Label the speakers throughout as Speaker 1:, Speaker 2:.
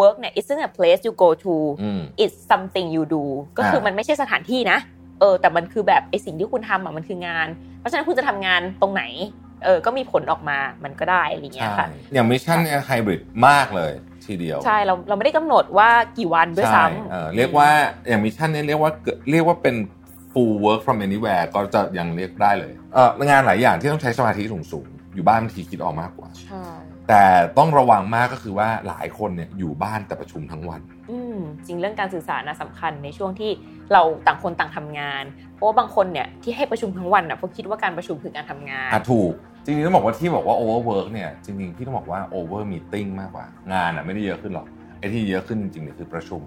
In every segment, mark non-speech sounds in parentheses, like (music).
Speaker 1: work เนี่ย isn't a place you go to
Speaker 2: อืม
Speaker 1: it's something you do ก็คือมันไม่ใช่สถานที่นะ เออ แต่มันคือแบบไอสิ่งที่คุณทำอ่ะมันคืองาน เพราะฉะนั้นคุณจะทำงานตรงไหน เออ ก็มีผลออกมา มันก็ได้อะไรเงี้
Speaker 2: ใช่
Speaker 1: ยค่ะ
Speaker 2: อย่างมิชชั่นไฮบริดมากเลยทีเดียว
Speaker 1: ใช่ เราเราไม่ได้กำหนดว่ากี่วันด้วยซ้ำ
Speaker 2: เออเรียกว่าอย่างมิชชั่นเนี่ยเรียกว่าเกิดเรียกว่าเป็น full work from anywhere ก็จะยังเรียกได้เลยเอองานหลายอย่างที่ต้องใช้สมาธิสูงๆ อยู่บ้านบางทีคิดออกมากกว่า
Speaker 1: ใช่
Speaker 2: แต่ต้องระวังมากก็คือว่าหลายคนเนี่ยอยู่บ้านแต่ประชุมทั้งวัน
Speaker 1: อืมจริงเรื่องการสื่อสารนะสำคัญในช่วงที่เราต่างคนต่างทำงาน เพราะว่าบางคนเนี่ยที่ให้ประชุมทั้งวันอ่ะเพราะคิดว่าการประชุมคือการทำงาน
Speaker 2: อ่ะถูก จริงๆต้องบอกว่าที่บอกว่า overwork เนี่ยจริงๆพี่ต้องบอกว่า over meeting มากกว่างานอ่ะไม่ได้เยอะขึ้นหรอกไอ้ที่เยอะขึ้นจริงๆเนี่ยคือประชุม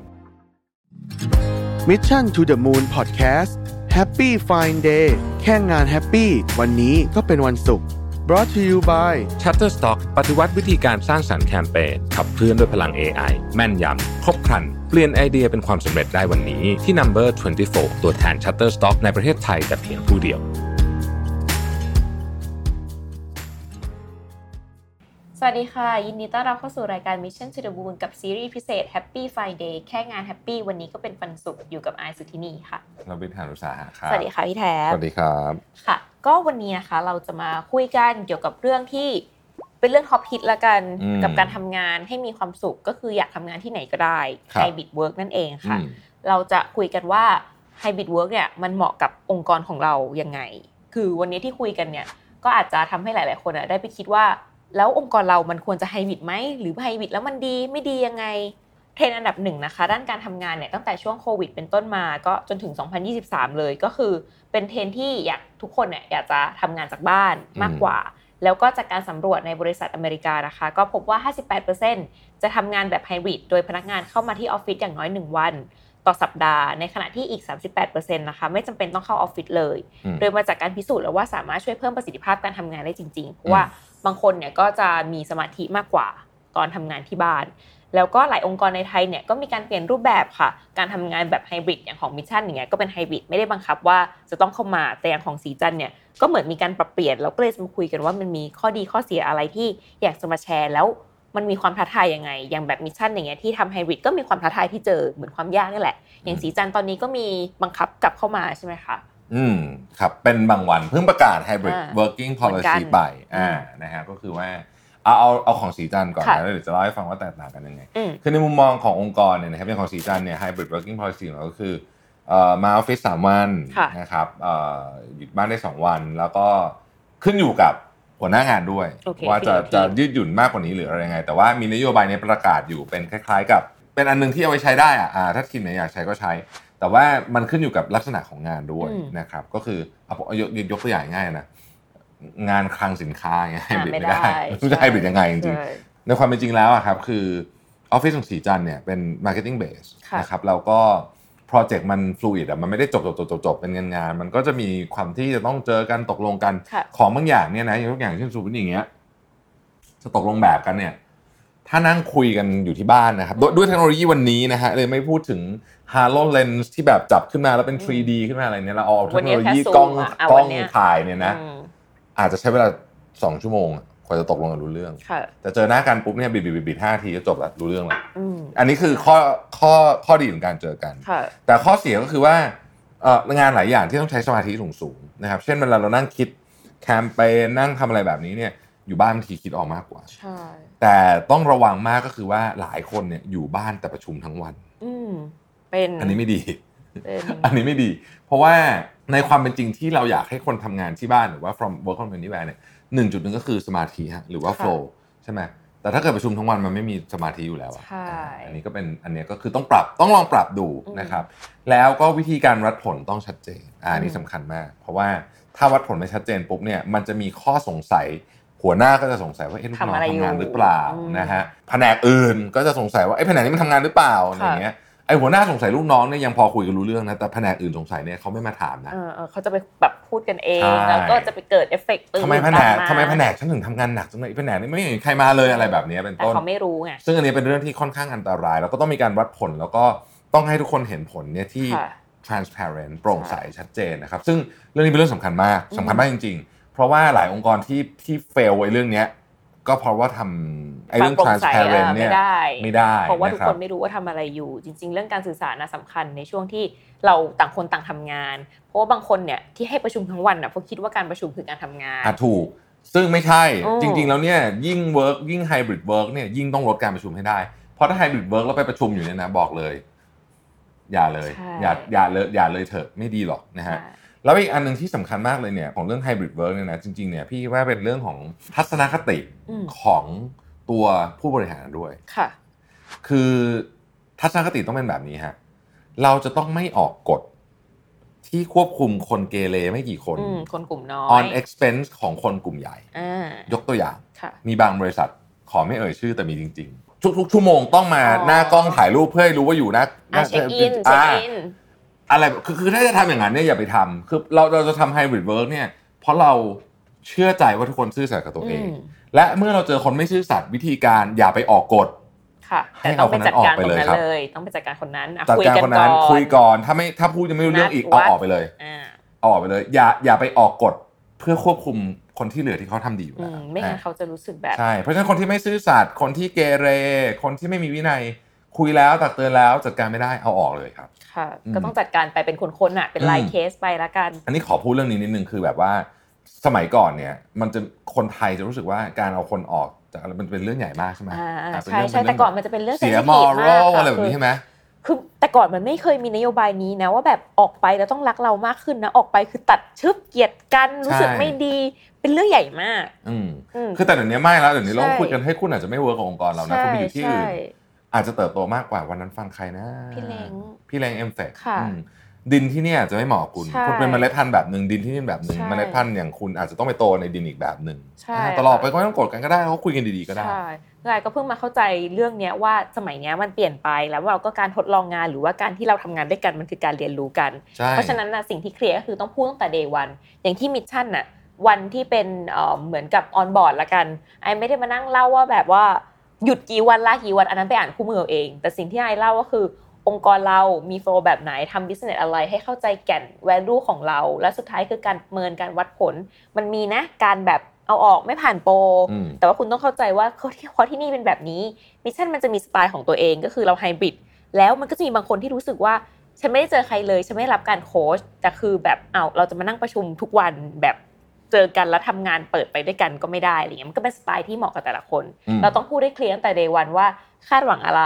Speaker 3: Mission to the Moon Podcast Happy Fine Day แค่งานแฮปปี้วันนี้ก็เป็นวันศุกร์ brought to you by
Speaker 4: Shutterstock ปฏิวัติวิธีการสร้างสรรค์แคมเปญขับเคลื่อนด้วยพลัง AI แม่นยำ ครบครัน เปลี่ยนไอเดียเป็นความสำเร็จได้วันนี้ ที่ Number 24 ตัวแทน Shutterstock ในประเทศไทยแต่เพียงผู้เดียว
Speaker 1: สวัสดีค่ะ ยินดีต้อนรับเข้าสู่รายการ Mission to the Moon กับซีรีส์พิเศษ Happy Friday แค่งาน Happy วันนี้ก็เป็นวันศุกร์อยู่กับไอายสุทินีค่ะ
Speaker 2: เราเป็นฐานอุตสาหะครับ
Speaker 1: สวัสดีค่ะพี่แทบ
Speaker 2: สวัสดีครับ
Speaker 1: ค่ะ ก็วันนี้นะคะเราจะมาคุยกันเกี่ยวกับเรื่องที่เป็นเรื่องท็อปฮิตละกันกับการทำงานให้มีความสุขก็คืออยากทำงานที่ไหนก็ได้ไฮบิดเวิร์กนั่นเองค่ะ
Speaker 2: อืม
Speaker 1: เราจะคุยกันว่าไฮบริดเวิร์กเนี่ยมันเหมาะกับองค์กรของเรายังไง คือวันนี้ที่คุยกันเนี่ยก็อาจจะทำให้หลาย ๆ คนอะได้ไปคิดว่า แล้วองค์กรเรามันควรจะไฮบริดไหม หรือไฮบริดแล้วมันดีไม่ดียังไง เทรนด์อันดับหนึ่งนะคะ ด้านการทำงานเนี่ยตั้งแต่ช่วงโควิดเป็นต้นมาก็จนถึง 2023 เลยก็คือเป็นเทรนด์ที่อยากทุกคนเนี่ยอยากจะทำงานจากบ้านมากกว่า แล้วก็จากการสำรวจในบริษัทอเมริกานะคะ ก็พบว่า 58%จะทำงานแบบไฮบริดโดยพนักงานเข้ามาที่ออฟฟิศอย่างน้อย 1 วัน ต่อสัปดาห์ ในขณะที่อีก 38%นะคะ ไม่จำเป็นต้องเข้าออฟฟิศเลย
Speaker 2: อืม
Speaker 1: โดยมาจากการพิสูจน์แล้วว่าสามารถช่วยเพิ่มประสิทธิภาพการทำงานได้จริงๆ เพราะว่าบางคนเนี่ยก็จะมีสมาธิมากกว่าตอนทำงานที่บ้าน แล้วก็หลายองค์กรในไทยเนี่ยก็มีการเปลี่ยนรูปแบบค่ะ การทำงานแบบไฮบริดอย่างของมิชชั่นอย่างเงี้ยก็เป็นไฮบริดไม่ได้บังคับว่าจะต้องเข้ามาแต่อย่างของสีจันเนี่ยก็เหมือนมีการปรับเปลี่ยนแล้วก็เลยจะมาคุยกันว่ามันมีข้อดีข้อเสียอะไรที่อยากจะมาแชร์แล้ว มันมีความท้าทายยังไง อย่างแบบมิชชั่นอย่างเงี้ยที่ทำไฮบริดก็มีความท้าทายที่เจอเหมือนความยากนี่แหละ อย่างสีจันทร์ตอนนี้ก็มีบังคับกลับเข้ามาใช่ไหมคะ
Speaker 2: อืมครับเป็นบางวันเพิ่งประกาศ hybrid
Speaker 1: อ่า
Speaker 2: working
Speaker 1: เหมือนกัน
Speaker 2: policy ไปอ่านะฮะก็คือว่าเอาเอาเอาของสีจันทร์ก่อน
Speaker 1: ค่ะ
Speaker 2: นะแล้วเดี๋ยวจะเล่าให้ฟังว่าแตกต่างกันยังไง
Speaker 1: อืม
Speaker 2: คือในมุมมองขององค์กรเนี่ยนะครับอย่างของสีจันทร์เนี่ย hybrid working policy ของเราก็คือเอ่อมาออฟฟิศสามวัน
Speaker 1: ค่ะ
Speaker 2: นะครับเอ่อหยุดบ้านได้ 2 วัน แล้วก็ขึ้นอยู่กับหัวหน้างานด้วย
Speaker 1: โอเค
Speaker 2: ว่าจะ
Speaker 1: ขึ้นอยู่กับ
Speaker 2: จะ
Speaker 1: ทีม
Speaker 2: ยืดหยุ่นมากกว่านี้หรืออะไรยังไง แต่ว่ามีนโยบายในประกาศอยู่เป็นคล้าย ๆ กับ เป็นอันหนึงที่เอาไว้ใช้ได้อะอ่าถ้าทีมไหนอยากใช้ก็ใช้ แต่ว่ามันขึ้นอยู่กับลักษณะของงานด้วย
Speaker 1: อืม
Speaker 2: นะครับก็คือเอาผมเอายกยกตัวอย่างง่ายนะงานคลังสินค้าอย่างเงี้ยให้บริดไม่ได้
Speaker 1: อ่าไม่ได้
Speaker 2: ไม่รู้จะให้บริดยังไงจริงๆ
Speaker 1: ใช่
Speaker 2: ในความเป็นจริงแล้วอะครับคือออฟฟิศของสีจันทร์เนี่ยเป็น Marketing Base
Speaker 1: ค่ะ
Speaker 2: นะครับเราก็โปรเจกต์มันฟลูอิดอะมันไม่ได้จบจบจบจบจบเป็นงานงานๆมันก็จะมีความที่จะต้องเจอกันตกลงกัน
Speaker 1: ค่ะ
Speaker 2: ของบางอย่างเนี่ยนะยกอย่างเช่นสมมติอย่างเงี้ยจะตกลงแบบกันเนี่ยถ้านั่งคุยกันอยู่ที่บ้านนะครับด้วยด้วยเทคโนโลยีวันนี้นะฮะเลยไม่พูดถึง Halo Lens ที่แบบจับขึ้นมาแล้วเป็น 3D ขึ้นมาอะไรเนี่ยเราเอาเทคโนโลยีกล้อง
Speaker 1: วันนี้แค่ซูมอะเอา
Speaker 2: กล้
Speaker 1: วั
Speaker 2: อง
Speaker 1: นเนี้ย
Speaker 2: ถ่ายเนี่ยนะ
Speaker 1: อืม
Speaker 2: อาจจะใช้เวลาสองชั่วโมงกว่าจะตกลงกันรู้เรื่อง
Speaker 1: ค่ะ
Speaker 2: แต่เจอหน้ากันปุ๊บเนี่ยบิดบิดบิดบิดห้าทีก็จบละรู้เรื่องละ
Speaker 1: อืม
Speaker 2: อันนี้คือข้อข้อข้อดีของการเจอกัน
Speaker 1: ค่ะ
Speaker 2: แต่ข้อเสียก็คือว่าเอ่องานหลายอย่างที่ต้องใช้สมาธิสูงสูงๆนะครับ เช่นเวลาเรานั่งคิดแคมเปญนั่งทำอะไรแบบนี้เนี่ยอยู่บ้านบางทีคิดออกมากกว่า
Speaker 1: ใช่
Speaker 2: แต่ต้องระวังมากก็คือว่าหลายคนเนี่ยอยู่บ้านแต่ประชุมทั้งวัน
Speaker 1: อืมเป็น
Speaker 2: อันนี้ไม่ดี
Speaker 1: เป็น
Speaker 2: อันนี้ไม่ดี เพราะว่าในความเป็นจริงที่เราอยากให้คนทำงานที่บ้านหรือว่า from work from anywhere เนี่ยหนึ่งจุดหนึ่งก็คือสมาธิฮะหรือว่า
Speaker 1: ค่ะ
Speaker 2: flow ใช่ไหมแต่ถ้าเกิดประชุมทั้งวันมันไม่มีสมาธิอยู่แล้วอะ
Speaker 1: ใช่
Speaker 2: อ่าอันนี้ก็เป็นอันเนี้ยก็คือต้องปรับต้องลองปรับดู
Speaker 1: อืม
Speaker 2: นะครับ แล้วก็วิธีการวัดผลต้องชัดเจนอ่าอันนี้
Speaker 1: อืม
Speaker 2: สำคัญมาก เพราะว่าถ้าวัดผลไม่ชัดเจนปุ๊บเนี่ยมันจะมีข้อสงสัยหัวหน้าก็จะสงสัยว่าเอ๊ะลูกน้อ
Speaker 1: ทำ
Speaker 2: ง
Speaker 1: อะไรอยู่
Speaker 2: ทำงานหรือเปล่า
Speaker 1: อืม
Speaker 2: นะฮะแผนกอื่นก็จะสงสัยว่าไอ้แผนกนี้มันทำงานหรือเปล่าอะไรอย่างเงี้ย ไอหัวหน้าสงสัยลูกน้องเนี่ยยังพอคุยกันรู้เรื่องนะแต่แผนกอื่นสงสัยเนี่ยเขาไม่มาถามนะ
Speaker 1: เออเออเขาจะไปแบบพูดกันเอง
Speaker 2: ใช่
Speaker 1: แล้วก็จะไปเกิดเอฟเฟกต์ตื่น
Speaker 2: ทำไมแผนก
Speaker 1: ตาา
Speaker 2: ทำไมแผนกฉันถึงทำงานหนักจังเลยไอ้แผนกนี่ไม่เห็นใครมาเลยอะไรแบบเนี้ยเป็น
Speaker 1: แต่
Speaker 2: ต้น
Speaker 1: เขาไม่รู้ไง
Speaker 2: ซึ่งอันนี้เป็นเรื่องที่ค่อนข้างอันตราย แล้วก็ต้องมีการวัดผลแล้วก็ต้องให้ทุกคนเห็นผลเนี่ยที่
Speaker 1: ค่ะ
Speaker 2: transparent โปร่งใสชัดเจนนะครับ ซึ่งเรื่องนี้เป็นเรื่องสำคัญมาก
Speaker 1: อืม
Speaker 2: สำคัญมากจริง ๆ เพราะว่าหลายองค์กรที่ที่ fail ไว้เรื่องเนี้ย ก็เพราะว่าทำไอ้เรื่อง
Speaker 1: ความโปร่งใส
Speaker 2: transparent
Speaker 1: อ่ะ
Speaker 2: เนี่ย
Speaker 1: ไม่ได้
Speaker 2: ไม่ได้
Speaker 1: เพราะว่าทุก
Speaker 2: บ
Speaker 1: คนไม่รู้ว่าทำอะไรอยู่ จริง ๆ เรื่องการสื่อสารนะสำคัญในช่วงที่เราต่างคนต่างทำงาน เพราะว่าบางคนเนี่ยที่ให้ประชุมทั้งวันน่ะเพราะคิดว่าการประชุมคือการทำงาน
Speaker 2: อ่ะถูกซึ่งไม่ใช่
Speaker 1: โอ้
Speaker 2: จริง ๆ แล้วเนี่ยยิ่งเวิร์กยิ่งไฮบริดเวิร์กเนี่ยยิ่งต้องลดการประชุมให้ได้ เพราะถ้าไฮบริดเวิร์กแล้วไปประชุมอยู่เนี่ยนะบอกเลย อย่าเลย
Speaker 1: ใช่
Speaker 2: อย่าอย่าเลยอย่าเลยเถอะไม่ดีหรอกนะฮะ แล้วอีกอันหนึ่งที่สำคัญมากเลยเนี่ยของเรื่องไฮบริดเวิร์กเนี่ยนะจริงๆเนี่ยพี่ว่าเป็นเรื่องของทัศนคติ
Speaker 1: อืม
Speaker 2: ของตัวผู้บริหารด้วย
Speaker 1: ค่ะ
Speaker 2: คือทัศนคติต้องเป็นแบบนี้ฮะเราจะต้องไม่ออกกฎที่ควบคุมคนเกเรไม่กี่คน
Speaker 1: อืมคนกลุ่มน้อย
Speaker 2: on expense ของคนกลุ่มใหญ่
Speaker 1: อ่าย
Speaker 2: กตัวอย่าง
Speaker 1: ค่ะ
Speaker 2: มีบางบริษัทขอไม่เอ่ยชื่อแต่มีจริง ๆ ทุกๆชั่วโมงต้องมา
Speaker 1: อ๋อ
Speaker 2: หน้ากล้องถ่ายรูปเพื่อให้รู้ว่าอยู่หน้าห
Speaker 1: อ่ะ
Speaker 2: น้า
Speaker 1: เช็คอินเช็ค
Speaker 2: อ่า
Speaker 1: อิน
Speaker 2: อะไรคือคือถ้าจะทำอย่างนั้นเนี่ยอย่าไปทำคือเราเราจะทำไฮบริดเวิร์กเนี่ย เพราะเราเชื่อใจว่าทุกคนซื่อสัตย์กับตัวเอง
Speaker 1: อืม
Speaker 2: และเมื่อเราเจอคนไม่ซื่อสัตย์วิธีการอย่าไปออกกฎ
Speaker 1: ค่ะ
Speaker 2: ให้
Speaker 1: แต่ต้องไปจัดการต
Speaker 2: เอาคน
Speaker 1: รง
Speaker 2: นั้นออกไปเลย
Speaker 1: นั้น
Speaker 2: ครับ
Speaker 1: เลย ต้องไปจัดการคนนั้นอ่ะ
Speaker 2: จัด
Speaker 1: คุย
Speaker 2: การ
Speaker 1: กัน
Speaker 2: คนนั้น
Speaker 1: ก่อน
Speaker 2: คุยก่อนถ้าไม่ถ้าพูดยังไม่รู้เรื่องอีกเอา
Speaker 1: นัดวัด
Speaker 2: ออกไปเลย
Speaker 1: อ่า
Speaker 2: เอาออกไปเลย อย่าอย่าไปออกกฎเพื่อควบคุมคนที่เหลือที่เขาทำดีอยู่
Speaker 1: อื
Speaker 2: แล้ว
Speaker 1: มไม่งั้น
Speaker 2: อ่ะ
Speaker 1: เขาจะรู้สึกแบบ
Speaker 2: ใช่ เพราะฉะนั้นคนที่ไม่ซื่อสัตย์ คนที่เกเร คนที่ไม่มีวินัย คุยแล้วตักเตือนแล้วจัดการไม่ได้เอาออกเลยครับ
Speaker 1: ค่ะ
Speaker 2: อืม
Speaker 1: ก็ต้องจัดการไปเป็นคนๆอ่ะ เป็นราย
Speaker 2: อืม
Speaker 1: เคสไปละกัน
Speaker 2: อันนี้ขอพูดเรื่องนี้นิดนึงคือแบบว่าสมัยก่อนเนี่ย มันจะคนไทยจะรู้สึกว่าการเอาคนออกจากอะไรมันเป็นเรื่องใหญ่มากใช่ไหม
Speaker 1: อ่า
Speaker 2: อ่ะเป็น
Speaker 1: ใช่
Speaker 2: เรื่ง
Speaker 1: ใช่
Speaker 2: เป็
Speaker 1: แต่
Speaker 2: เรื่ง
Speaker 1: ก่อนมันจะเป็นเรื่อง
Speaker 2: เสีย
Speaker 1: sensitive
Speaker 2: มอ
Speaker 1: มา
Speaker 2: รั
Speaker 1: ก
Speaker 2: ล
Speaker 1: ค่
Speaker 2: อะไรแบบนี้ใช่ไหม
Speaker 1: คือแต่ก่อนมันไม่เคยมีนโยบายนี้นะว่าแบบออกไปแล้วต้องรักเรามากขึ้นนะออกไปคือตัดชึบเกลียดกันรู้สึก
Speaker 2: ใช่
Speaker 1: ไม่ดีเป็นเรื่องใหญ่มาก
Speaker 2: อืม
Speaker 1: อืม
Speaker 2: คือแต่เดี๋ยวนี้ไม่แล้วเดี๋ยวนี้เราก็
Speaker 1: ใช่
Speaker 2: คุยกันให้คุณอาจจะไม่เวิร์กกับองค์กรเรานะ
Speaker 1: ใช่
Speaker 2: คุณไปอยู่ที่อื่น
Speaker 1: ใช่
Speaker 2: อาจจะเติบโตมากกว่าวันนั้นฟังใครนะ
Speaker 1: พี่เล้ง
Speaker 2: พี่เลงเอ็มเฟก
Speaker 1: ค่ะ
Speaker 2: ดินที่เนี่ยอาจจะไม่เหมาะกับคุณ
Speaker 1: ใช่
Speaker 2: คุณเป็นเมล็ดพันธุ์แบบหนึ่งดินที่นี่แบบหนึ่ง
Speaker 1: ใช่
Speaker 2: เมล็ดพันธุ์อย่างคุณอาจจะต้องไปโตในดินอีกแบบหนึ่ง
Speaker 1: ใช่
Speaker 2: นะตลอดไปก็ไม่ต้องโกดกันก็ได้เขาคุยกันดีๆก็ได้
Speaker 1: ใช่รายก็เพิ่งมาเข้าใจเรื่องเนี้ยว่าสมัยเนี้ยมันเปลี่ยนไปแล้วเราก็การทดลองงานหรือว่าการที่เราทำงานด้วยกันมันคือการเรียนรู้กัน
Speaker 2: ใช่
Speaker 1: เพราะฉะนั้นนะสิ่งที่เคลียร์ก็คือต้องพูดตั้งแต่ day วันอย่างที่มิชชั่นน่ะวันที่เป็นเอ่อเหมือนกับออนบอร์ดละกันไอไม่ได้มานั่งเล่าว่าแบบว่าหยุดกี่วันลากี่วันอันนั้นไปอ่านคู่มือเอาเอง แต่สิ่งที่ไอเล่าก็คือ องค์กรเรามีโฟลแบบไหนทำบิสเนสอะไรให้เข้าใจแก่น value ของเรา และสุดท้ายคือการประเมินการวัดผล มันมีนะการแบบเอาออกไม่ผ่านโปร
Speaker 2: อืม
Speaker 1: แต่ว่าคุณต้องเข้าใจว่าข้อที่ข้อที่นี่เป็นแบบนี้มิชชั่นมันจะมีสไตล์ของตัวเองก็คือเราไฮบริดแล้วมันก็จะมีบางคนที่รู้สึกว่า ฉันไม่ได้เจอใครเลย ฉันไม่ได้รับการโค้ชแต่คือแบบเอาวเราจะมานั่งประชุมทุกวันแบบเจอกันแล้วทำงานเปิดไปด้วยกันก็ไม่ได้อะไรเงี้ยมันก็เป็นสไตล์ที่เหมาะกับแต่ละคน
Speaker 2: อืม
Speaker 1: เราต้องพูดได้เคลียร์ตั้งแต่ day วันว่าคาดหวังอะไร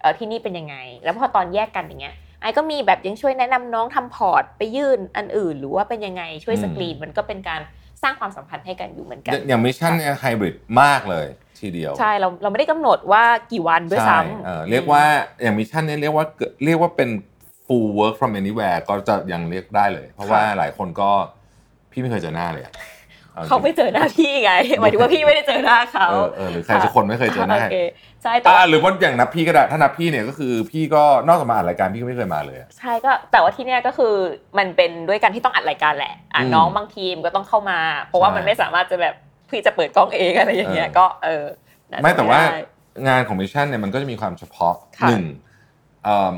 Speaker 1: เออที่นี่เป็นยังไง แล้วพอตอนแยกกันอย่างเงี้ยไอ้ก็มีแบบยังช่วยแนะนำน้องทำพอร์ตไปยื่นอันอื่น หรือว่าเป็นยังไงช่วยสกรีนมันก็เป็นการสร้างความสัมพันธ์ให้กันอยู่เหมือนกัน
Speaker 2: อย่างมิชชั่นเนี่ยไฮบริดมากเลยทีเดียว
Speaker 1: ใช่เราเราไม่ได้กำหนดว่ากี่วันด้วยซ้ำ
Speaker 2: เออเรียกว่าอย่างมิชชั่นเนี่ยเรียกว่าเรียกว่าเป็น full work from anywhere ก็จะยังเรียกได้เลย เพราะว่าหลายคนก็พี่ไม่เคยเจอหน้าเลยอะอจริง
Speaker 1: เขาไม่เจอหน้าพี่ไง (laughs) หมายถึงว่าพี่ไม่ได้เจอหน้าเขา
Speaker 2: เออเออหรือใครสักคนไม่เคยเจอหน้า
Speaker 1: โอเคใช่แต่
Speaker 2: อ่า
Speaker 1: ว่า
Speaker 2: หรือว่าอย่างนับพี่ก็ได้ถ้านับพี่เนี่ยก็คือพี่ก็นอกจากมาอ่านรายการพี่ก็ไม่เคยมาเลยอะ
Speaker 1: ใช่ก็แต่ว่าที่เนี้ยก็คือมันเป็นด้วยกันที่ต้องอัดรายการแหละอ่ะ
Speaker 2: อืม
Speaker 1: น้องบางทีมก็ต้องเข้ามา เพราะว่ามันไม่สามารถจะแบบพี่จะเปิดกล้องเองอะไรอย่างเงี้ย
Speaker 2: เออ
Speaker 1: ก็เออน่จะ
Speaker 2: ไม่แต่ว่า
Speaker 1: ด้
Speaker 2: งานของมิชชั่นเนี่ยมันก็จะมีความเฉพาะ
Speaker 1: ค่ะ
Speaker 2: หนึ่งเอิ่ม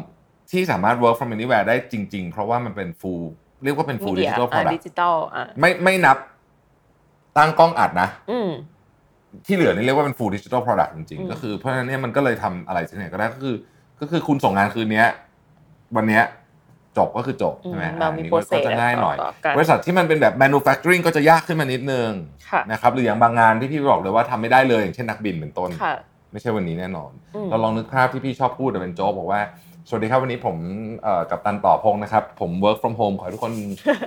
Speaker 2: ที่สามารถ work from anywhere ได้จริง ๆ เพราะว่ามันเป็น full เรียกว่าเป็น
Speaker 1: มี
Speaker 2: full
Speaker 1: เดีย
Speaker 2: digital
Speaker 1: อ่ะ
Speaker 2: product
Speaker 1: ดิจิตอลอ่ะ
Speaker 2: ไม่ไม่นับตั้งกล้องอัดนะ
Speaker 1: อืม
Speaker 2: ที่เหลือนี่เรียกว่าเป็น full digital product จริง
Speaker 1: อืม
Speaker 2: ๆ ก็คือเพราะฉะนั้นเนี่ยมันก็เลยทำอะไรสักอย่างก็ได้ก็คือ ก็คือคุณส่งงานคืนเนี้ย วันเนี้ยจบก็คือจบ
Speaker 1: อืม
Speaker 2: ใช่ไหม
Speaker 1: เรา
Speaker 2: อ่า
Speaker 1: มี
Speaker 2: นี่
Speaker 1: โปรเซ
Speaker 2: ก็
Speaker 1: ส
Speaker 2: จะง่ายหน่อย
Speaker 1: ต่กัน
Speaker 2: บริษัทที่มันเป็นแบบ manufacturing ก็จะยากขึ้นมานิดนึง
Speaker 1: ค่ะ
Speaker 2: นะครับหรืออย่างบางงานที่พี่บอกเลยว่าทำไม่ได้เลยอย่างเช่นนักบินเป็นต้น
Speaker 1: ค่ะ
Speaker 2: ไม่ใช่วันนี้แน่นอน
Speaker 1: อืม
Speaker 2: เราลองนึกภาพที่พี่ชอบพูดแต่เป็นโจ๊กบอกว่า สวัสดีครับวันนี้ผมเอ่อกับตันต่อพงษ์นะครับ ผม work from home ขอให้ทุกคน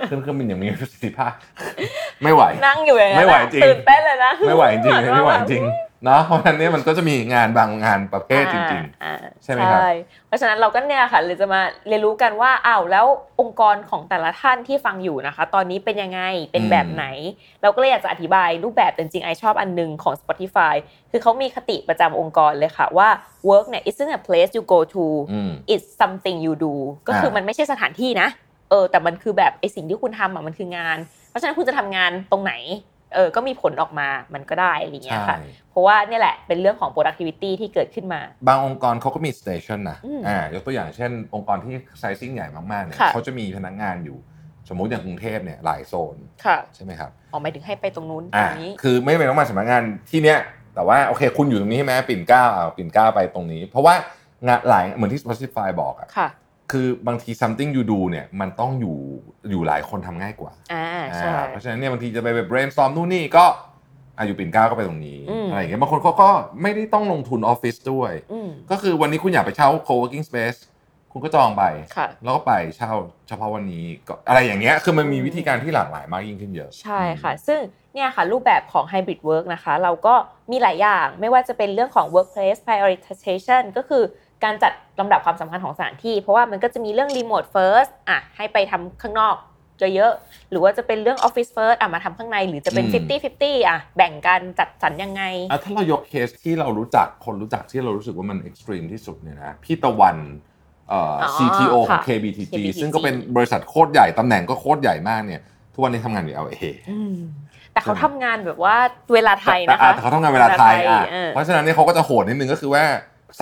Speaker 2: ขึ้นเครื่องบินอย่างมีประสิทธิภาพ (laughs) ไม่ไหว
Speaker 1: นั่งอยู่อย่างนั้น
Speaker 2: ไม่ไหว
Speaker 1: อะ
Speaker 2: จริง
Speaker 1: ตื่นเต้นเลยนะ
Speaker 2: ไม่ไหวจริง
Speaker 1: อน
Speaker 2: ไม่ไหวจ
Speaker 1: า
Speaker 2: ริงเนาะเพราะฉะนั้นเนี่ยมันก็จะมีงานบางงานประเภทจริง
Speaker 1: อ่าอ่า
Speaker 2: ใช่ไหมครับ
Speaker 1: เพราะฉะนั้นเราก็เนี่ยค่ะเลยจะมาเรียนรู้กันว่าอ้าวแล้วองค์กรของแต่ละท่านที่ฟังอยู่นะคะ ตอนนี้เป็นยังไงเป็นแบบไหน เราก็เลยอยากจะอธิบายรูปแบบแต่จริงๆไอชอบอันหนึงของ Spotify คือเขามีคติประจำองค์กรเลยค่ะว่า work เนี่ย isn't a place you go to
Speaker 2: ๆอืม
Speaker 1: it's something you do ก็คือมันไม่ใช่สถานที่นะ เออ แต่มันคือแบบไอสิ่งที่คุณทำอ่ะมันคืองาน เพราะฉะนั้นคุณจะทำงานตรงไหน เออ ก็มีผลออกมา มันก็ได้อะไรอย่างเงี้
Speaker 2: ใช่
Speaker 1: ยค่ะ เพราะว่าเนี่ยแหละเป็นเรื่องของ productivity ที่เกิดขึ้นมา
Speaker 2: บางองค์กรเขาก็มี station นะ
Speaker 1: อืม
Speaker 2: อ่ายกตัวอย่างเช่น องค์กรที่ sizing ใหญ่มากๆเนี่ย
Speaker 1: ค่ะ
Speaker 2: เขาจะมีพนักงานอยู่ สมมุติอย่างกรุงเทพเนี่ยหลายโซน
Speaker 1: ค่ะ
Speaker 2: ใช่ไหมครับ
Speaker 1: ออกหมายถึงให้ไปตรงนู้นตร
Speaker 2: อ่าง
Speaker 1: นี้
Speaker 2: คือไม่เป็นต้องมาสำนักงานที่เนี้ย แต่ว่าโอเค คุณอยู่ตรงนี้ใช่ไหมปิ่นเกล้าอ่าปิ่นเกล้าไปตรงนี้ เพราะว่างานหลายเหมือนที่ Spotify บอกอะ
Speaker 1: ค่ะ
Speaker 2: คือบางที something you do เนี่ยมันต้องอยู่อยู่หลายคนทำง่ายกว่า
Speaker 1: อ่าใช่
Speaker 2: อ่าเพราะฉะนั้นเนี่ยบางทีจะไปแบบ brainstorm นู่นนี่ก็อาอยู่ปิ่นเกล้าก็ไปตรงนี้
Speaker 1: อืม
Speaker 2: อะไรอย่างเงี้ยบางคนเขาก็ไม่ได้ต้องลงทุนออฟฟิศด้วย
Speaker 1: อืม
Speaker 2: ก็คือวันนี้คุณอยากไปเช่า co-working space คุณก็จองไป
Speaker 1: ค่ะ
Speaker 2: แล้วก็ไปเช่าเฉพาะวันนี้ก็อะไรอย่างเงี้ยคือมันมีวิธีการที่หลากหลายมากยิ่งขึ้นเยอะ
Speaker 1: ใช่ค่ะ ซึ่งเนี่ยค่ะรูปแบบของ Hybrid Work นะคะ เราก็มีหลายอย่างไม่ว่าจะเป็นเรื่องของ workplace prioritization ก็คือการจัดลำดับความสำคัญของสถานที่ เพราะว่ามันก็จะมีเรื่อง remote first อ่ะให้ไปทำข้างนอกเยอะๆหรือว่าจะเป็นเรื่อง office first อ่ะมาทำข้างใน หรือจะเป็น
Speaker 2: อืม
Speaker 1: 50-50 อ่ะแบ่งการจัดสรรยังไง
Speaker 2: อ่ะถ้าเรายกเคสที่เรารู้จักคนรู้จักที่เรารู้สึกว่ามันเอ็กซ์ตรีมที่สุดเนี่ยนะพี่ตะวันเอ่ออ
Speaker 1: อ
Speaker 2: CTO ของ
Speaker 1: ค่ะ
Speaker 2: KBTG
Speaker 1: KBTG
Speaker 2: ซึ่งก็เป็นบริษัทโคตรใหญ่ ตำแหน่งก็โคตรใหญ่มากเนี่ย ทุกวันนี้ทำงานอยู่ LA
Speaker 1: อืมแต่เขาทำงานแบบว่าเวลาไทย
Speaker 2: แต่
Speaker 1: นะ
Speaker 2: อ่
Speaker 1: คะ
Speaker 2: แต่เขาทำงานเวลาไทยอ่ะ
Speaker 1: เวลาไทยเออ
Speaker 2: เพราะฉะนั้นเนี่ยเขาก็จะโหดนิดนึงก็คือว่า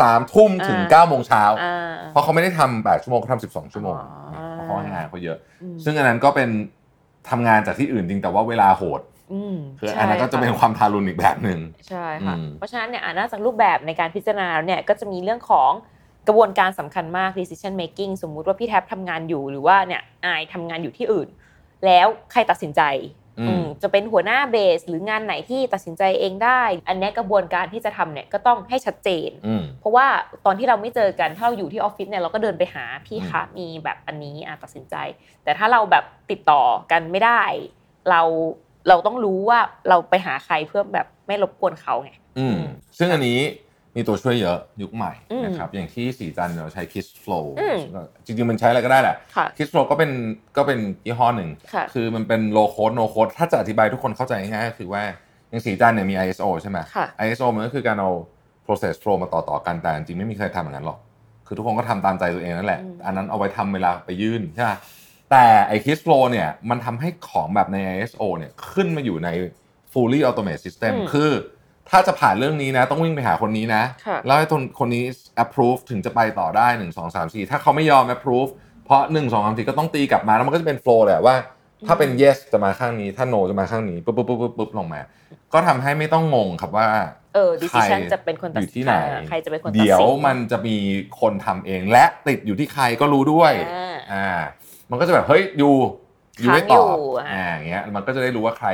Speaker 2: สามทุ่มถึง
Speaker 1: อ่า
Speaker 2: เก้าโมงเช้า
Speaker 1: อ่า
Speaker 2: เพราะเขาไม่ได้ทำแปดชั่วโมงเขาทำสิบสองชั่วโมง
Speaker 1: อ๋อ
Speaker 2: เพราะเขาให้งานเขาเยอะ
Speaker 1: อืม
Speaker 2: ซึ่งอันนั้นก็เป็นทำงานจากที่อื่นจริงแต่ว่าเวลาโหด
Speaker 1: อืม
Speaker 2: คือ
Speaker 1: ใช่
Speaker 2: อันนั้นก็จะ
Speaker 1: ค่
Speaker 2: เป็นความทารุณอีกแบบหนึ่ง
Speaker 1: ใช่ค่ะ
Speaker 2: อืม
Speaker 1: เพราะฉะนั้นเนี่ยอ่านน่าจากรูปแบบในการพิจารณาเนี่ยก็จะมีเรื่องของกระบวนการสำคัญมาก decision making สมมุติว่าพี่แท็บทำงานอยู่หรือว่าเนี่ยอายทำงานอยู่ที่อื่น แล้วใครตัดสินใจ
Speaker 2: อื
Speaker 1: อื
Speaker 2: ม
Speaker 1: มจะเป็นหัวหน้าเบส หรืองานไหนที่ตัดสินใจเองได้ อันเนี้ยกระบวนการที่จะทำเนี่ยก็ต้องให้ชัดเจน
Speaker 2: อืม
Speaker 1: เพราะว่าตอนที่เราไม่เจอกันถ้าเราอยู่ที่ออฟฟิศเนี่ยเราก็เดินไปหาพี่
Speaker 2: อืม
Speaker 1: คะมีแบบอันนี้อ่ะตัดสินใจ แต่ถ้าเราแบบติดต่อกันไม่ได้ เราเราต้องรู้ว่าเราไปหาใครเพื่อแบบไม่รบกวนเขาไง
Speaker 2: อืม
Speaker 1: อืม
Speaker 2: ซึ่งอันนี้มีตัวช่วยเยอะยุคใหม่
Speaker 1: อืม
Speaker 2: นะครับอย่างที่สีจันเราใช้ Kiss Flow
Speaker 1: อืม
Speaker 2: จริงๆ มันใช้อะไรก็ได้แหละ
Speaker 1: ค่ะ
Speaker 2: Kiss Flow ก็เป็นก็เป็นยี่ห้อหนึ่ง
Speaker 1: ค่ะ
Speaker 2: คือมันเป็น low code no code ถ้าจะอธิบายทุกคนเข้าใจง่ายๆก็คือว่าอย่างสีจันเนี่ยมี ISO ใช่ไหม
Speaker 1: ค่ะ
Speaker 2: ISO มันก็คือการเอา process flow มาต่อต่อๆกันแต่จริงๆไม่มีใครทำอย่างนั้นหรอก คือทุกคนก็ทำตามใจตัวเองนั่นแหละ
Speaker 1: อืม
Speaker 2: อันนั้นเอาไว้ทำเวลาไปยื่นใช่ไหมแต่ไอ้ Kiss Flow เนี่ยมันทำให้ของแบบใน ISO เนี่ยขึ้นมาอยู่ใน fully automated system
Speaker 1: อืม
Speaker 2: คือ ถ้าจะผ่านเรื่องนี้นะ ต้องวิ่งไปหาคนนี้นะ
Speaker 1: ค่ะ
Speaker 2: แล้วให้คนคนนี้ approve ถึงจะไปต่อได้ 1 2 3 4 ถ้าเขาไม่ยอม approve เพราะ 1 2 3 4 ก็ต้องตีกลับมา แล้วมันก็จะเป็น flow แหละว่า ถ้าเป็น yes จะมาข้างนี้ ถ้า no จะมาข้างนี้ปุ๊บปุ๊บปุ๊บปุ๊บปุ๊บลงมา ก็ทำให้ไม่ต้องงงครับว่า
Speaker 1: เออ decision
Speaker 2: ใคร
Speaker 1: จะเป็นคนตั
Speaker 2: อ
Speaker 1: ด
Speaker 2: ยู่
Speaker 1: สิ
Speaker 2: ที่ไหน
Speaker 1: อ่าใครจะเป็นคนตัดสิน
Speaker 2: เดี๋ยวมันจะมีคนทำเอง และติดอยู่ที่ใครก็รู้ด้วย
Speaker 1: อ่า
Speaker 2: อ่า มันก็จะแบบ เฮ้ย อยู่ อยู่ไม่ตอบ
Speaker 1: ค้างอยู่อ่ะ
Speaker 2: อ่าอย่างเงี้ย มันก็จะได้รู้ว่าใคร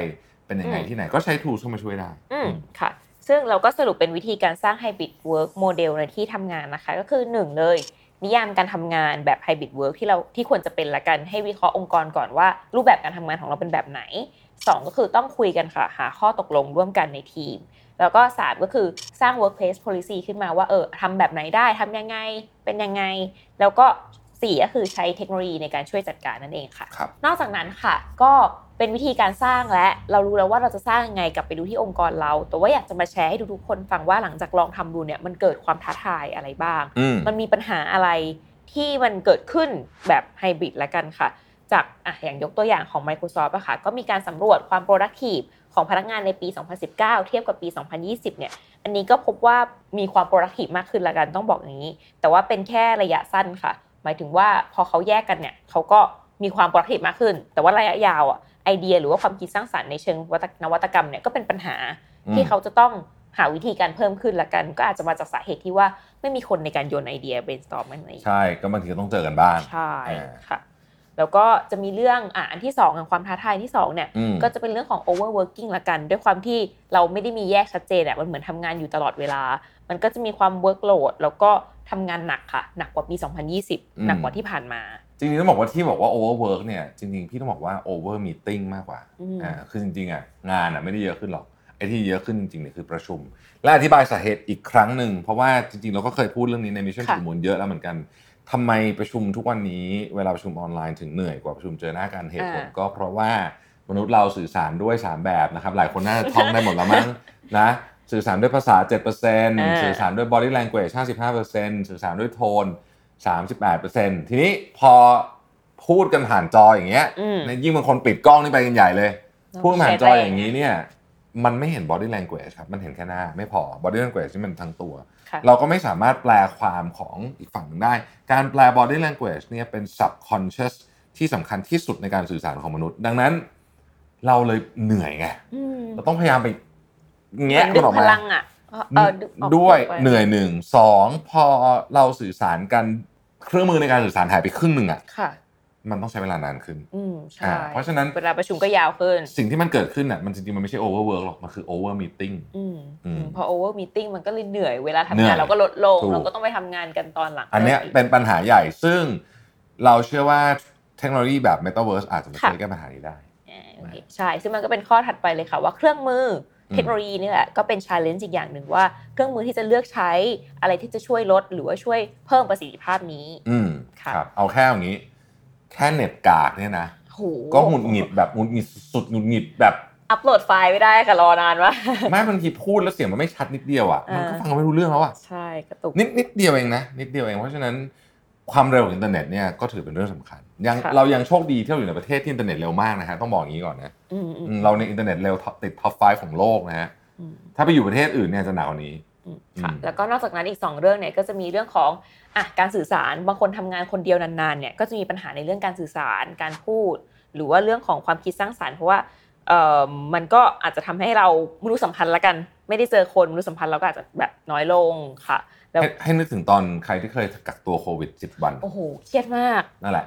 Speaker 2: เป็นยังไง
Speaker 1: อืม
Speaker 2: ที่ไหน ก็ใช้ tools เข้ามาช่วยได้
Speaker 1: อืมค่ะ ซึ่งเราก็สรุปเป็นวิธีการสร้าง Hybrid Work Model ในที่ทำงานนะคะ ก็คือหนึ่งเลย นิยามการทำงานแบบ Hybrid Work ที่เราที่ควรจะเป็นละกันให้วิเคราะห์องค์กรก่อนว่า รูปแบบการทำงานของเราเป็นแบบไหนสองก็คือต้องคุยกันค่ะ หาข้อตกลงร่วมกันในทีม แล้วก็สามก็คือสร้าง workplace policy ขึ้นมาว่าเออทำแบบไหนได้ทำยังไงเป็นยังไง แล้วก็สี่ก็คือใช้เทคโนโลยีในการช่วยจัดการนั่นเองค่ะ
Speaker 2: ครับ
Speaker 1: นอกจากนั้นค่ะ ก็เป็นวิธีการสร้างและเรารู้แล้วว่าเราจะสร้างยังไงกลับไปดูที่องค์กรเรา แต่ว่าอยากจะมาแชร์ให้ทุกๆคนฟังว่าหลังจากลองทำดูเนี่ยมันเกิดความท้าทายอะไรบ้าง
Speaker 2: อืม
Speaker 1: มันมีปัญหาอะไรที่มันเกิดขึ้นแบบไฮบริดละกันค่ะ จากอ่ะอย่างยกตัวอย่างของ Microsoft อะค่ะก็มีการสำรวจความ productive ของพนักงานในปี 2019 เทียบกับปี 2020 เนี่ย อันนี้ก็พบว่ามีความ productive มากขึ้นละกันต้องบอกอย่างนี้ แต่ว่าเป็นแค่ระยะสั้นค่ะ หมายถึงว่าพอเขาแยกกันเนี่ยเขาก็มีความ productive มากขึ้น แต่ว่าระยะยาวอะไอเดียหรือว่าความคิดสร้างสรรค์ในเชิงวัตนวัตกรรมเนี่ยก็เป็นปัญหา ที่เขาจะต้องหาวิธีการเพิ่มขึ้นละกัน ก็อาจจะมาจากสาเหตุที่ว่าไม่มีคนในการโยนไอเดีย brainstorm มันอะไร
Speaker 2: ใช่ ก็บางทีก็ต้องเจอกันบ้าง
Speaker 1: ใช่
Speaker 2: อ่า
Speaker 1: ค่ะ แล้วก็จะมีเรื่องอ่ะอันที่สองของความท้าทายที่สองเนี่ย
Speaker 2: อืม
Speaker 1: ก็จะเป็นเรื่องของ overworking ละกัน ด้วยความที่เราไม่ได้มีแยกชัดเจนอะมันเหมือนทำงานอยู่ตลอดเวลา มันก็จะมีความ workload แล้วก็ทำงานหนักค่ะ หนักกว่าปี
Speaker 2: อืม
Speaker 1: 2020 หนักกว่าที่ผ่านมา
Speaker 2: จริงๆต้องบอกว่าที่บอกว่า overwork เนี่ยจริงๆพี่ต้องบอกว่า over meeting มากกว่า
Speaker 1: อืม
Speaker 2: อ่าคือจริงๆอ่ะงานอ่ะไม่ได้เยอะขึ้นหรอกไอ้ที่เยอะขึ้นจริงๆเนี่ยคือประชุม และอธิบายสาเหตุอีกครั้งหนึ่ง เพราะว่าจริงๆ เราก็เคยพูดเรื่องนี้ในมิชชั่น
Speaker 1: ค่ะ
Speaker 2: สุมวลเยอะแล้วเหมือนกันทำไมประชุมทุกวันนี้เวลาประชุมออนไลน์ถึงเหนื่อยกว่าประชุมเจอหน้ากันเหตุผล
Speaker 1: อ่า
Speaker 2: ก็เพราะว่ามนุษย์เราสื่อสารด้วยสามแบบนะครับหลายคนน่าจะท่องได้หมดแล้วมั้ง นะสื่อสารด้วยภาษา 7%สื่อสารด้วย body language 55%สื่อสารด้วยโทน 38%ทีนี้พอพูดกันผ่านจออย่างเงี้ย
Speaker 1: อืม
Speaker 2: ในยิ่งบางคนปิดกล้องนี่ไปกันใหญ่เลย
Speaker 1: เนอะ
Speaker 2: พูดผ่านจออย่างนี้
Speaker 1: ใช้ได้
Speaker 2: เนี่ยมันไม่เห็น body language ครับ มันเห็นแค่หน้าไม่พอ body language นี่มันทั้งตัว
Speaker 1: ค่ะ
Speaker 2: เราก็ไม่สามารถแปลความของอีกฝั่งหนึ่งได้ การแปล body language เนี่ยเป็น subconscious ที่สำคัญที่สุดในการสื่อสารของมนุษย์ ดังนั้น เราเลยเหนื่อยไง
Speaker 1: อืม
Speaker 2: เราต้องพยายามไป แงะ
Speaker 1: ดึ
Speaker 2: มัน
Speaker 1: ง
Speaker 2: ออก
Speaker 1: พ
Speaker 2: มา
Speaker 1: ลังอ่ะเออดึงออก
Speaker 2: ด้วย
Speaker 1: ไป
Speaker 2: เหนื่อยหนึ่งสองพอเราสื่อสารกันเครื่องมือในการสื่อสารหายไปครึ่งหนึ่งอ่ะ
Speaker 1: ค่ะ
Speaker 2: มันต้องใช้เวลานานขึ้น
Speaker 1: อืมใช่
Speaker 2: อ่าเพราะฉะนั้น
Speaker 1: เวลาประชุมก็ยาวขึ้น
Speaker 2: สิ่งที่มันเกิดขึ้นอ่ะมันจริงๆมันไม่ใช่ overwork หรอกมันคือ overmeeting
Speaker 1: อืม
Speaker 2: อืม
Speaker 1: พอโอเวอร์มีติ้งมันก็เลยเหนื่อยเวลาทำ
Speaker 2: เหนื่
Speaker 1: งา
Speaker 2: อน ย
Speaker 1: เราก็ลดลง
Speaker 2: ถูก
Speaker 1: เราก็ต้องไปทำงานกันตอนหลัง
Speaker 2: อันเนี้ย
Speaker 1: ลิกก
Speaker 2: เป็นปัญหาใหญ่ซึ่งเราเชื่อว่าเทคโนโลยีแบบ Metaverse อาจจะมา
Speaker 1: ค่ะ
Speaker 2: ช่วยแก้ปัญหานี้ได้
Speaker 1: อ่าโอเคใช่ ซึ่งมันก็เป็นข้อถัดไปเลยค่ะ ว่าเครื่องมืออ
Speaker 2: ม
Speaker 1: เทคโนโลยีนี่แหละก็เป็นชาเลนจ์อีกอย่างหนึ่งว่าเครื่องมือที่จะเลือกใช้อะไรที่จะช่วยลดหรือว่าช่วยเพิ่มประสิทธิภาพนี้
Speaker 2: อืม
Speaker 1: ค่ะ
Speaker 2: เอาแค่อย่างนี้ แค่เน็ตกากเนี่ยนะ
Speaker 1: โห
Speaker 2: ก็หงุดหงิดแบบหงุดหงิดสุดๆหงุดหงิด
Speaker 1: (laughs)
Speaker 2: แบบ
Speaker 1: อัปโหลดไฟล์ไม่ได้ค่ะรอนานวะ
Speaker 2: ไม่บางทีพูดแล้วเสียงมันไม่ชัดนิดเดียวอ่ะมันก็
Speaker 1: อ่า
Speaker 2: ฟังไม่รู้เรื่องแล้วอ่ะ
Speaker 1: ใช่กระตุก
Speaker 2: นิดนิดเดียวเองนะนิดเดียวเองเพราะฉะนั้นความเร็วของอินเทอร์เน็ตเนี่ยก็ถือเป็นเรื่องสำคัญยัง
Speaker 1: ค่ะ
Speaker 2: เรายังโชคดีที่เราอยู่ในประเทศที่อินเทอร์เน็ตเร็วมากนะฮะต้องบอกอย่างนี้ก่อนนะ
Speaker 1: อืมอืม
Speaker 2: อืมเราในยอินเทอร์เน็ตเร็ว top- ติดท็อปไฟของโลกนะฮะ
Speaker 1: อืม
Speaker 2: ถ้าไปอยู่ประเทศอื่นเนี่ยจะหนาวกว่านี้
Speaker 1: อืมค่ะ
Speaker 2: อืม
Speaker 1: แล้วก็นอกจากนั้นอีก 2 เรื่องเนี่ยก็จะมีเรื่องของอ่ะการสื่อสารบางคนทำงานคนเดียวนานๆเนี่ยก็จะมีปัญหาในเรื่องการสื่อสารการพูด หรือว่าเรื่องของความคิดสร้างสารรค์เพราะว่าเอ่อมันก็อาจจะทำให้เรามนุษยสัมพันธ์ละกัน ไม่ได้เจอคนมนุษยสัมพันธ์เราก็อาจจะแบบน้อยลงค่ะ แล้ว
Speaker 2: ให้ให้นึกถึงตอนใครที่เคยกักตัวโควิด10วัน
Speaker 1: โอ้โหเครียดมาก
Speaker 2: นั่นแหละ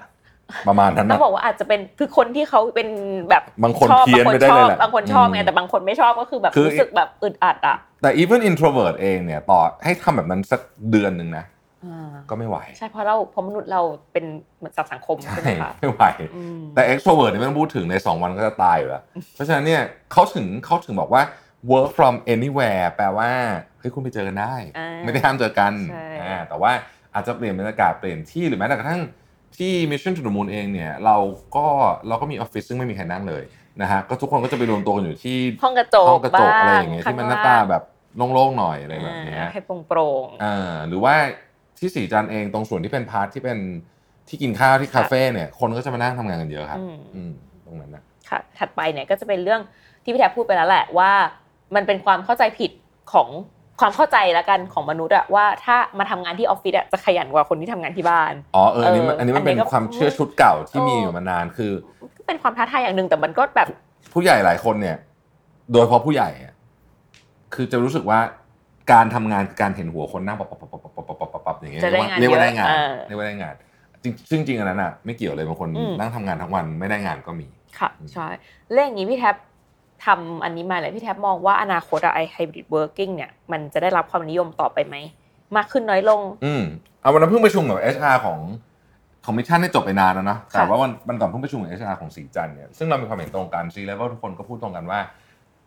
Speaker 2: ประมาณนั้น
Speaker 1: ต้อ
Speaker 2: นะ
Speaker 1: งบอกว่าอาจจะเป็นคือคนที่เขาเป็นแบบ
Speaker 2: บางคน
Speaker 1: ชอบ
Speaker 2: เพี้ยน
Speaker 1: บางค
Speaker 2: ไป
Speaker 1: น
Speaker 2: ได้
Speaker 1: ช
Speaker 2: เล
Speaker 1: อย บ
Speaker 2: แหละ
Speaker 1: บางคนชอบไง
Speaker 2: อืม
Speaker 1: แต่บางคนไม่ชอบก็คือแบบ
Speaker 2: คือ
Speaker 1: รู้สึกแบบอึดอัดอ่ะ
Speaker 2: แต่ even introvert เองเนี่ยต่อให้ทำแบบนั้นสักเดือนหนึ่งนะ
Speaker 1: อ่า
Speaker 2: ก็ไม่ไหว
Speaker 1: ใช่เพราะเราเพราะมนุษย์เราเป็นเหมือนสัตว์สังคม
Speaker 2: ใช่
Speaker 1: ใช่ไหมคะ
Speaker 2: ไม่ไหว
Speaker 1: อืม
Speaker 2: แต่ extrovert เนี่ยไม่ต้องพูดถึงใน 2 วันก็จะตายอยู่แล้ว เพราะฉะนั้นเนี่ยเขาถึงเขาถึงบอกว่า work from anywhere แปลว่าเฮ้ยคุณไปเจอกันได้
Speaker 1: อ่า
Speaker 2: ไม่ได้ห้ามเจอกัน
Speaker 1: ใช่
Speaker 2: อ่าแต่ว่าอาจจะเปลี่ยนบรรยากาศเปลี่ยนที่หรือแม้แต่กระทั่งที่ Mission to the Moon เองเนี่ยเราก็เราก็มีออฟฟิศซึ่งไม่มีใครนั่งเลยนะฮะก็ทุกคนก็จะไปรวมตัวกันอยู่ที่
Speaker 1: ห้องกระจก
Speaker 2: ห้องกระจกอะไรอย่างเงี้ย
Speaker 1: บ้
Speaker 2: ที่มันหน้าตาแบบโล่งๆหน่อยอะไรแบบเนี้ย
Speaker 1: อ่าให้โปร่งโปร่ง
Speaker 2: อ่าหรือว่าที่สีจันทร์เองตรงส่วนที่เป็นพาร์ทที่เป็นที่กินข้าวที่คาเฟ่เนี่ยคนก็จะมานั่งทำงานกันเยอะครับ
Speaker 1: อืม
Speaker 2: อืมตรงนั้นนะ
Speaker 1: ๆค่ะถัดไปเนี่ยก็จะเป็นเรื่องที่พี่แทบพูดไปแล้วแหละว่า มันเป็นความเข้าใจผิดของความเข้าใจละกันของมนุษย์อะว่าถ้ามาทำงานที่ออฟฟิศอะจะขยันกว่าคนที่ทำงานที่บ้าน
Speaker 2: อ๋อเอออันนี้มัน
Speaker 1: เอออั
Speaker 2: อันนี้มันเป็น
Speaker 1: อันนี้ก็
Speaker 2: ความเชื่อชุดเก่าที่
Speaker 1: เออ
Speaker 2: มีอยู่มานานคือ
Speaker 1: ก็เป็นความท้าทายอย่างหนึ่งแต่มันก็แบบ
Speaker 2: ผู้ใหญ่หลายคนเนี่ย โดยเฉพาะผู้ใหญ่อะคือจะรู้สึกว่าการทำงานคือการเห็นหัวคนนั่งปับปับปับปับปับปับปับปับอย่างเงี้ย
Speaker 1: จะได้งาน
Speaker 2: เรียกว่าได้งาน
Speaker 1: เยอะอ่า
Speaker 2: เรียกว่าได้งานจริงซึ่งจริงอันนั้นอ่ะไม่เกี่ยวเลยบางคน
Speaker 1: อืม
Speaker 2: นั่งทำงานทั้งวันไม่ได้งานก็มี
Speaker 1: ค่ะใช่เรื่องอย่างนี้พี่แทบทำอันนี้มาเลยพี่แทบมองว่าอนาคตอะไอไฮบริดเวิร์กิ่งเนี่ยมันจะได้รับความนิยมต่อไปไหมมากขึ้นน้อยลง
Speaker 2: อืมเอาวันนั้นเพิ่งประชุมกับ HR ของคอมมิชชั่นได้จบไปนานแล้วนะ
Speaker 1: ค่ะ
Speaker 2: แต่ว่าวันวันก่อนเพิ่งประชุมกับ HR ของสีจันทร์เนี่ยซึ่งเรามีความเห็นตรงกันซีแล้วก็ทุกคนก็พูดตรงกันว่า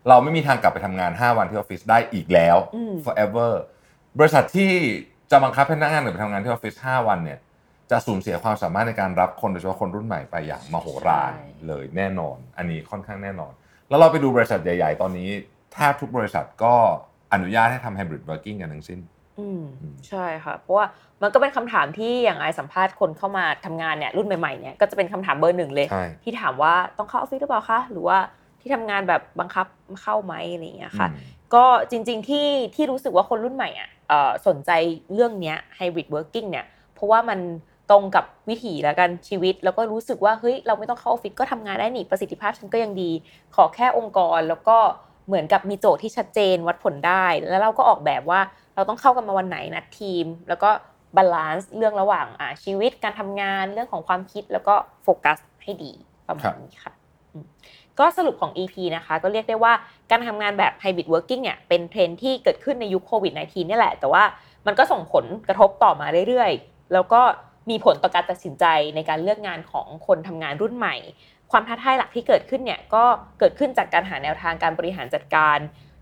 Speaker 2: เราไม่มีทางกลับไปทำงาน 5 วันที่ออฟฟิศได้อีกแล้ว
Speaker 1: อืม
Speaker 2: forever บริษัทที่จะบังคับให้พนักงานกลับไปทำงานที่ออฟฟิศ5วันเนี่ย จะสูญเสียความสามารถในการรับคนโดยเฉพาะคนรุ่นใหม่ไปอย่างมโหฬาร
Speaker 1: ใช่
Speaker 2: เลยแน่นอน อันนี้ค่อนข้างแน่นอน แล้วเราไปดูบริษัทใหญ่ ๆ ตอนนี้แทบทุกบริษัทก็อนุญาตให้ทำ hybrid working กันทั้งสิ้น
Speaker 1: อืม
Speaker 2: อืม
Speaker 1: ใช่ค่ะ เพราะว่ามันก็เป็นคำถามที่อย่างไอสัมภาษณ์คนเข้ามาทำงานเนี่ยรุ่นใหม่ๆเนี่ยก็จะเป็นคำถามเบอร์หนึ่งเลย
Speaker 2: ใช่
Speaker 1: ที่ถามว่าต้องเข้าออฟฟิศหรือเปล่าคะหรือว่าที่ทำงานแบบบังคับเข้าไหมอะไรอย่างเงี้ยค่ะ ก็จริงๆที่ที่รู้สึกว่าคนรุ่นใหม่อ่ะเอ่อสนใจเรื่องเนี้ยไฮบริดเวิร์กิ่งเนี่ยเพราะว่ามันตรงกับวิถีแล้วกันชีวิต แล้วก็รู้สึกว่าเฮ้ยเราไม่ต้องเข้าออฟฟิศก็ทำงานได้นี่ประสิทธิภาพฉันก็ยังดี ขอแค่องค์กรแล้วก็เหมือนกับมีโจทย์ที่ชัดเจนวัดผลได้ แล้วเราก็ออกแบบว่าเราต้องเข้ากันมาวันไหนนัดทีม แล้วก็บาลานซ์เรื่องระหว่างอ่ะชีวิตการทำงานเรื่องของความคิดแล้วก็โฟกัสให้ดีประมา
Speaker 2: ครั
Speaker 1: ณ
Speaker 2: บ
Speaker 1: นี้ค่ะ ก็สรุปของ EP นะคะ ก็เรียกได้ว่าการทำงานแบบ Hybrid Working เนี่ยเป็นเทรนด์ที่เกิดขึ้นในยุคโควิด -19 เนี่ยแหละ แต่ว่ามันก็ส่งผลกระทบต่อมาเรื่อยๆ แล้วก็มีผลต่อการตัดสินใจในการเลือกงานของคนทำงานรุ่นใหม่ ความท้าทายหลักที่เกิดขึ้นเนี่ยก็เกิดขึ้นจากการหาแนวทางการบริหารจัดการ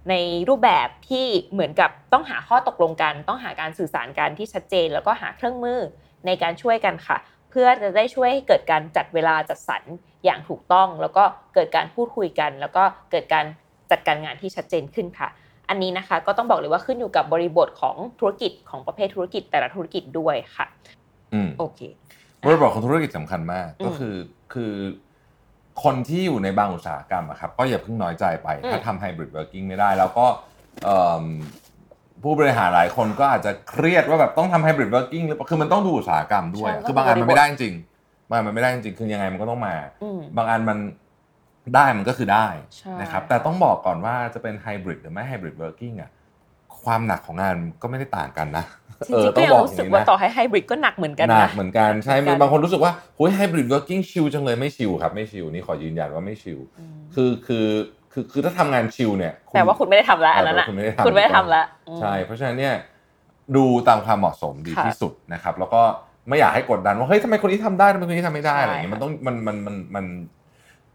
Speaker 1: ในรูปแบบที่เหมือนกับต้องหาข้อตกลงกัน ต้องหาการสื่อสารกันที่ชัดเจน แล้วก็หาเครื่องมือในการช่วยกันค่ะ เพื่อจะได้ช่วยให้เกิดการจัดเวลาจัดสรรอย่างถูกต้อง แล้วก็เกิดการพูดคุยกัน แล้วก็เกิดการจัดการงานที่ชัดเจนขึ้นค่ะ อันนี้นะคะก็ต้องบอกเลยว่าขึ้นอยู่กับบริบทของธุรกิจของประเภทธุรกิจแต่ละธุรกิจด้วยค่ะ
Speaker 2: อืม
Speaker 1: โอเค
Speaker 2: บริบทของธุรกิจสำคัญมาก
Speaker 1: อืม
Speaker 2: ก็คือคือคนที่อยู่ในบางอุตสาหกรรมอะครับก็อย่าเพิ่งน้อยใจไป
Speaker 1: อืม
Speaker 2: ถ้าทำไฮบริดเวิร์กิ่งไม่ได้ แล้วก็เอิ่มผู้บริหารหลายคนก็อาจจะเครียดว่าแบบต้องทำไฮบริดเวิร์กิ่งหรือเปล่าคือมันต้องดูอุตสาหกรรมด้วยอะ
Speaker 1: ใช่
Speaker 2: คือบางอัน
Speaker 1: ต้องดู
Speaker 2: มัน
Speaker 1: บริบท
Speaker 2: ไม่ได้จริงบางอันมันไม่ได้จริงคือยังไงมันก็ต้องมา
Speaker 1: อืม
Speaker 2: บางอันมัน ได้มันก็คือได้
Speaker 1: ใช่
Speaker 2: นะครับแต่ต้องบอกก่อนว่าจะเป็นไฮบริดหรือไม่ไฮบริดเวิร์กิ่งอะความหนักของงานก็ไม่ได้ต่างกันนะ
Speaker 1: จริงๆก็ยังรู้สึกว่าต่อให้ไฮบริดก็หนักเหมือนกัน
Speaker 2: หนั
Speaker 1: นะ
Speaker 2: กเหมือนกันใช่
Speaker 1: เหมือนกัน
Speaker 2: บางคนรู้สึกว่าหุ้ยไฮบริดเวิร์กิ่งชิลจังเลยไม่ชิลครับไม่ชิลนี่ขอยืนยันว่าไม่ชิล
Speaker 1: อืม
Speaker 2: คือคือคือคือถ้าทำงานชิลเนี่ยณ
Speaker 1: แต่ว่าคุณไม่ได้ทำละอันนั้น
Speaker 2: แต่
Speaker 1: อะ
Speaker 2: ว่าคุณไม่ได้ทำ
Speaker 1: คุณไม่ได้ทำละอืม
Speaker 2: ใช่ เพราะฉะนั้นเนี่ยดูตามความเหมาะสมดี
Speaker 1: ค่ะ
Speaker 2: ที่สุดนะครับ แล้วก็ไม่อยากให้กดดันว่าเฮ้ยทำไมคนนี้ทำได้ทำไมคนนี้ทำไม่ได้
Speaker 1: ใช่
Speaker 2: อะไรอย่างเงี้ยมันต้องมันมันมันมัน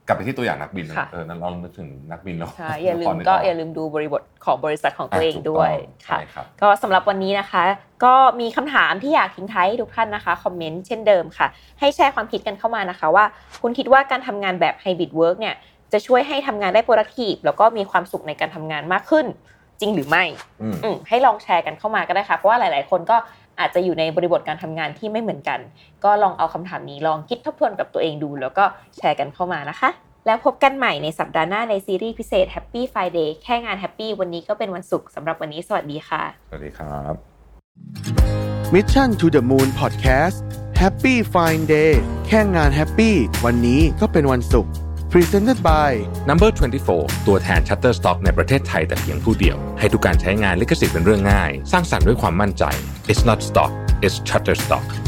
Speaker 2: กลับไปที่ตัวอย่างนักบินนะ
Speaker 1: ค่ะ
Speaker 2: เออนั่นลองนึกถึงนักบินแล้ว
Speaker 1: ใช่
Speaker 2: (laughs)
Speaker 1: อย่าลืม
Speaker 2: นึ
Speaker 1: ก็
Speaker 2: อ
Speaker 1: อย่าลืมดูบริบทของบริษัทของ
Speaker 2: ะ
Speaker 1: ตัวเอง
Speaker 2: ถูก
Speaker 1: ด้วย
Speaker 2: ต้อง
Speaker 1: ค่ะ
Speaker 2: ใช่ครับ
Speaker 1: ก็สำหรับวันนี้นะคะ ก็มีคำถามที่อยากทิ้งท้ายให้ทุกท่านนะคะคอมเมนต์เช่นเดิมค่ะ ให้แชร์ความคิดกันเข้ามานะคะ ว่าคุณคิดว่าการทำงานแบบไฮบริดเวิร์กเนี่ยจะช่วยให้ทำงานได้ productive แล้วก็มีความสุขในการทำงานมากขึ้น จริงหรือไม่
Speaker 2: อืม
Speaker 1: อืมให้ลองแชร์กันเข้ามาก็ได้ค่ะเพราะว่าหลาย ๆ คนก็อาจจะอยู่ในบริบทการทำงานที่ไม่เหมือนกัน ก็ลองเอาคำถามนี้ลองคิดทบทวนกับตัวเองดู แล้วก็แชร์กันเข้ามานะคะ แล้วพบกันใหม่ในสัปดาห์หน้าในซีรีส์พิเศษ Happy Friday แค่งาน Happy วันนี้ก็เป็นวันศุกร์สำหรับวันนี้สวัสดีค่ะ
Speaker 2: สวัสดีครับ
Speaker 3: Mission to the Moon Podcast Happy Fine Day แค่งานแฮปปี้วันนี้ก็เป็นวันศุกร์ Presented by
Speaker 4: Number 24 ตัวแทน Shutterstock ในประเทศไทยแต่เพียงผู้เดียว ให้ทุกการใช้งานลิขสิทธิ์เป็นเรื่องง่าย สร้างสรรค์ด้วยความมั่นใจ It's not stock it's Shutterstock